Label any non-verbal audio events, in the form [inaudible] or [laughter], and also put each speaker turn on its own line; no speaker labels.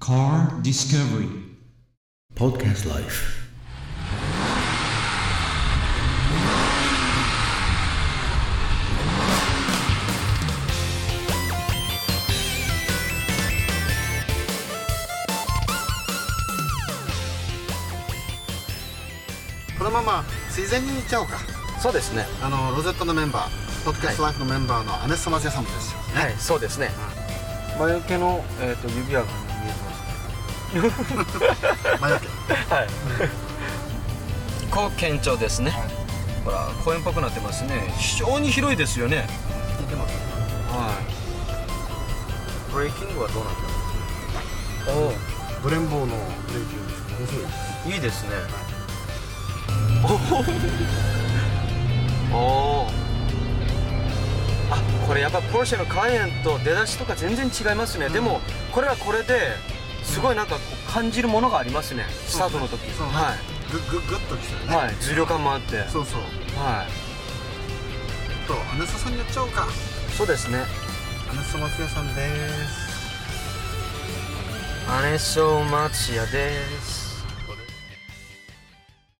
Car Discovery
Podcast Life
このまま自然に行っちゃおうか
そうですね。
あのロゼットのメンバーポッドキャストライフのメンバーのアネストマゼさんもですよね、
はい、そうですね。眉毛の、えっ、と、指輪が見えてます
前だけ
はい。こう県庁ですね。ほら、公園っぽくなってますね。非常に広いですよね。
聞いてます
はい。ブレイキングはどうなってるの。
ブレンボーの連休です面白いです
おお、いいですね。お [laughs] お。あ、これやっぱポルシェのカイエンと出だしとか全然違いますね。でも、これはこれで。すごいなんかこう感じるものがありますね。スタートの時。
そうね
はい。
グッグッグッときたよね、
はい、重量感もあって、は
そうそうとアネストさんにやっちゃおうか
い、そうですね。
アネストマゼさんです
アネソマチヤです。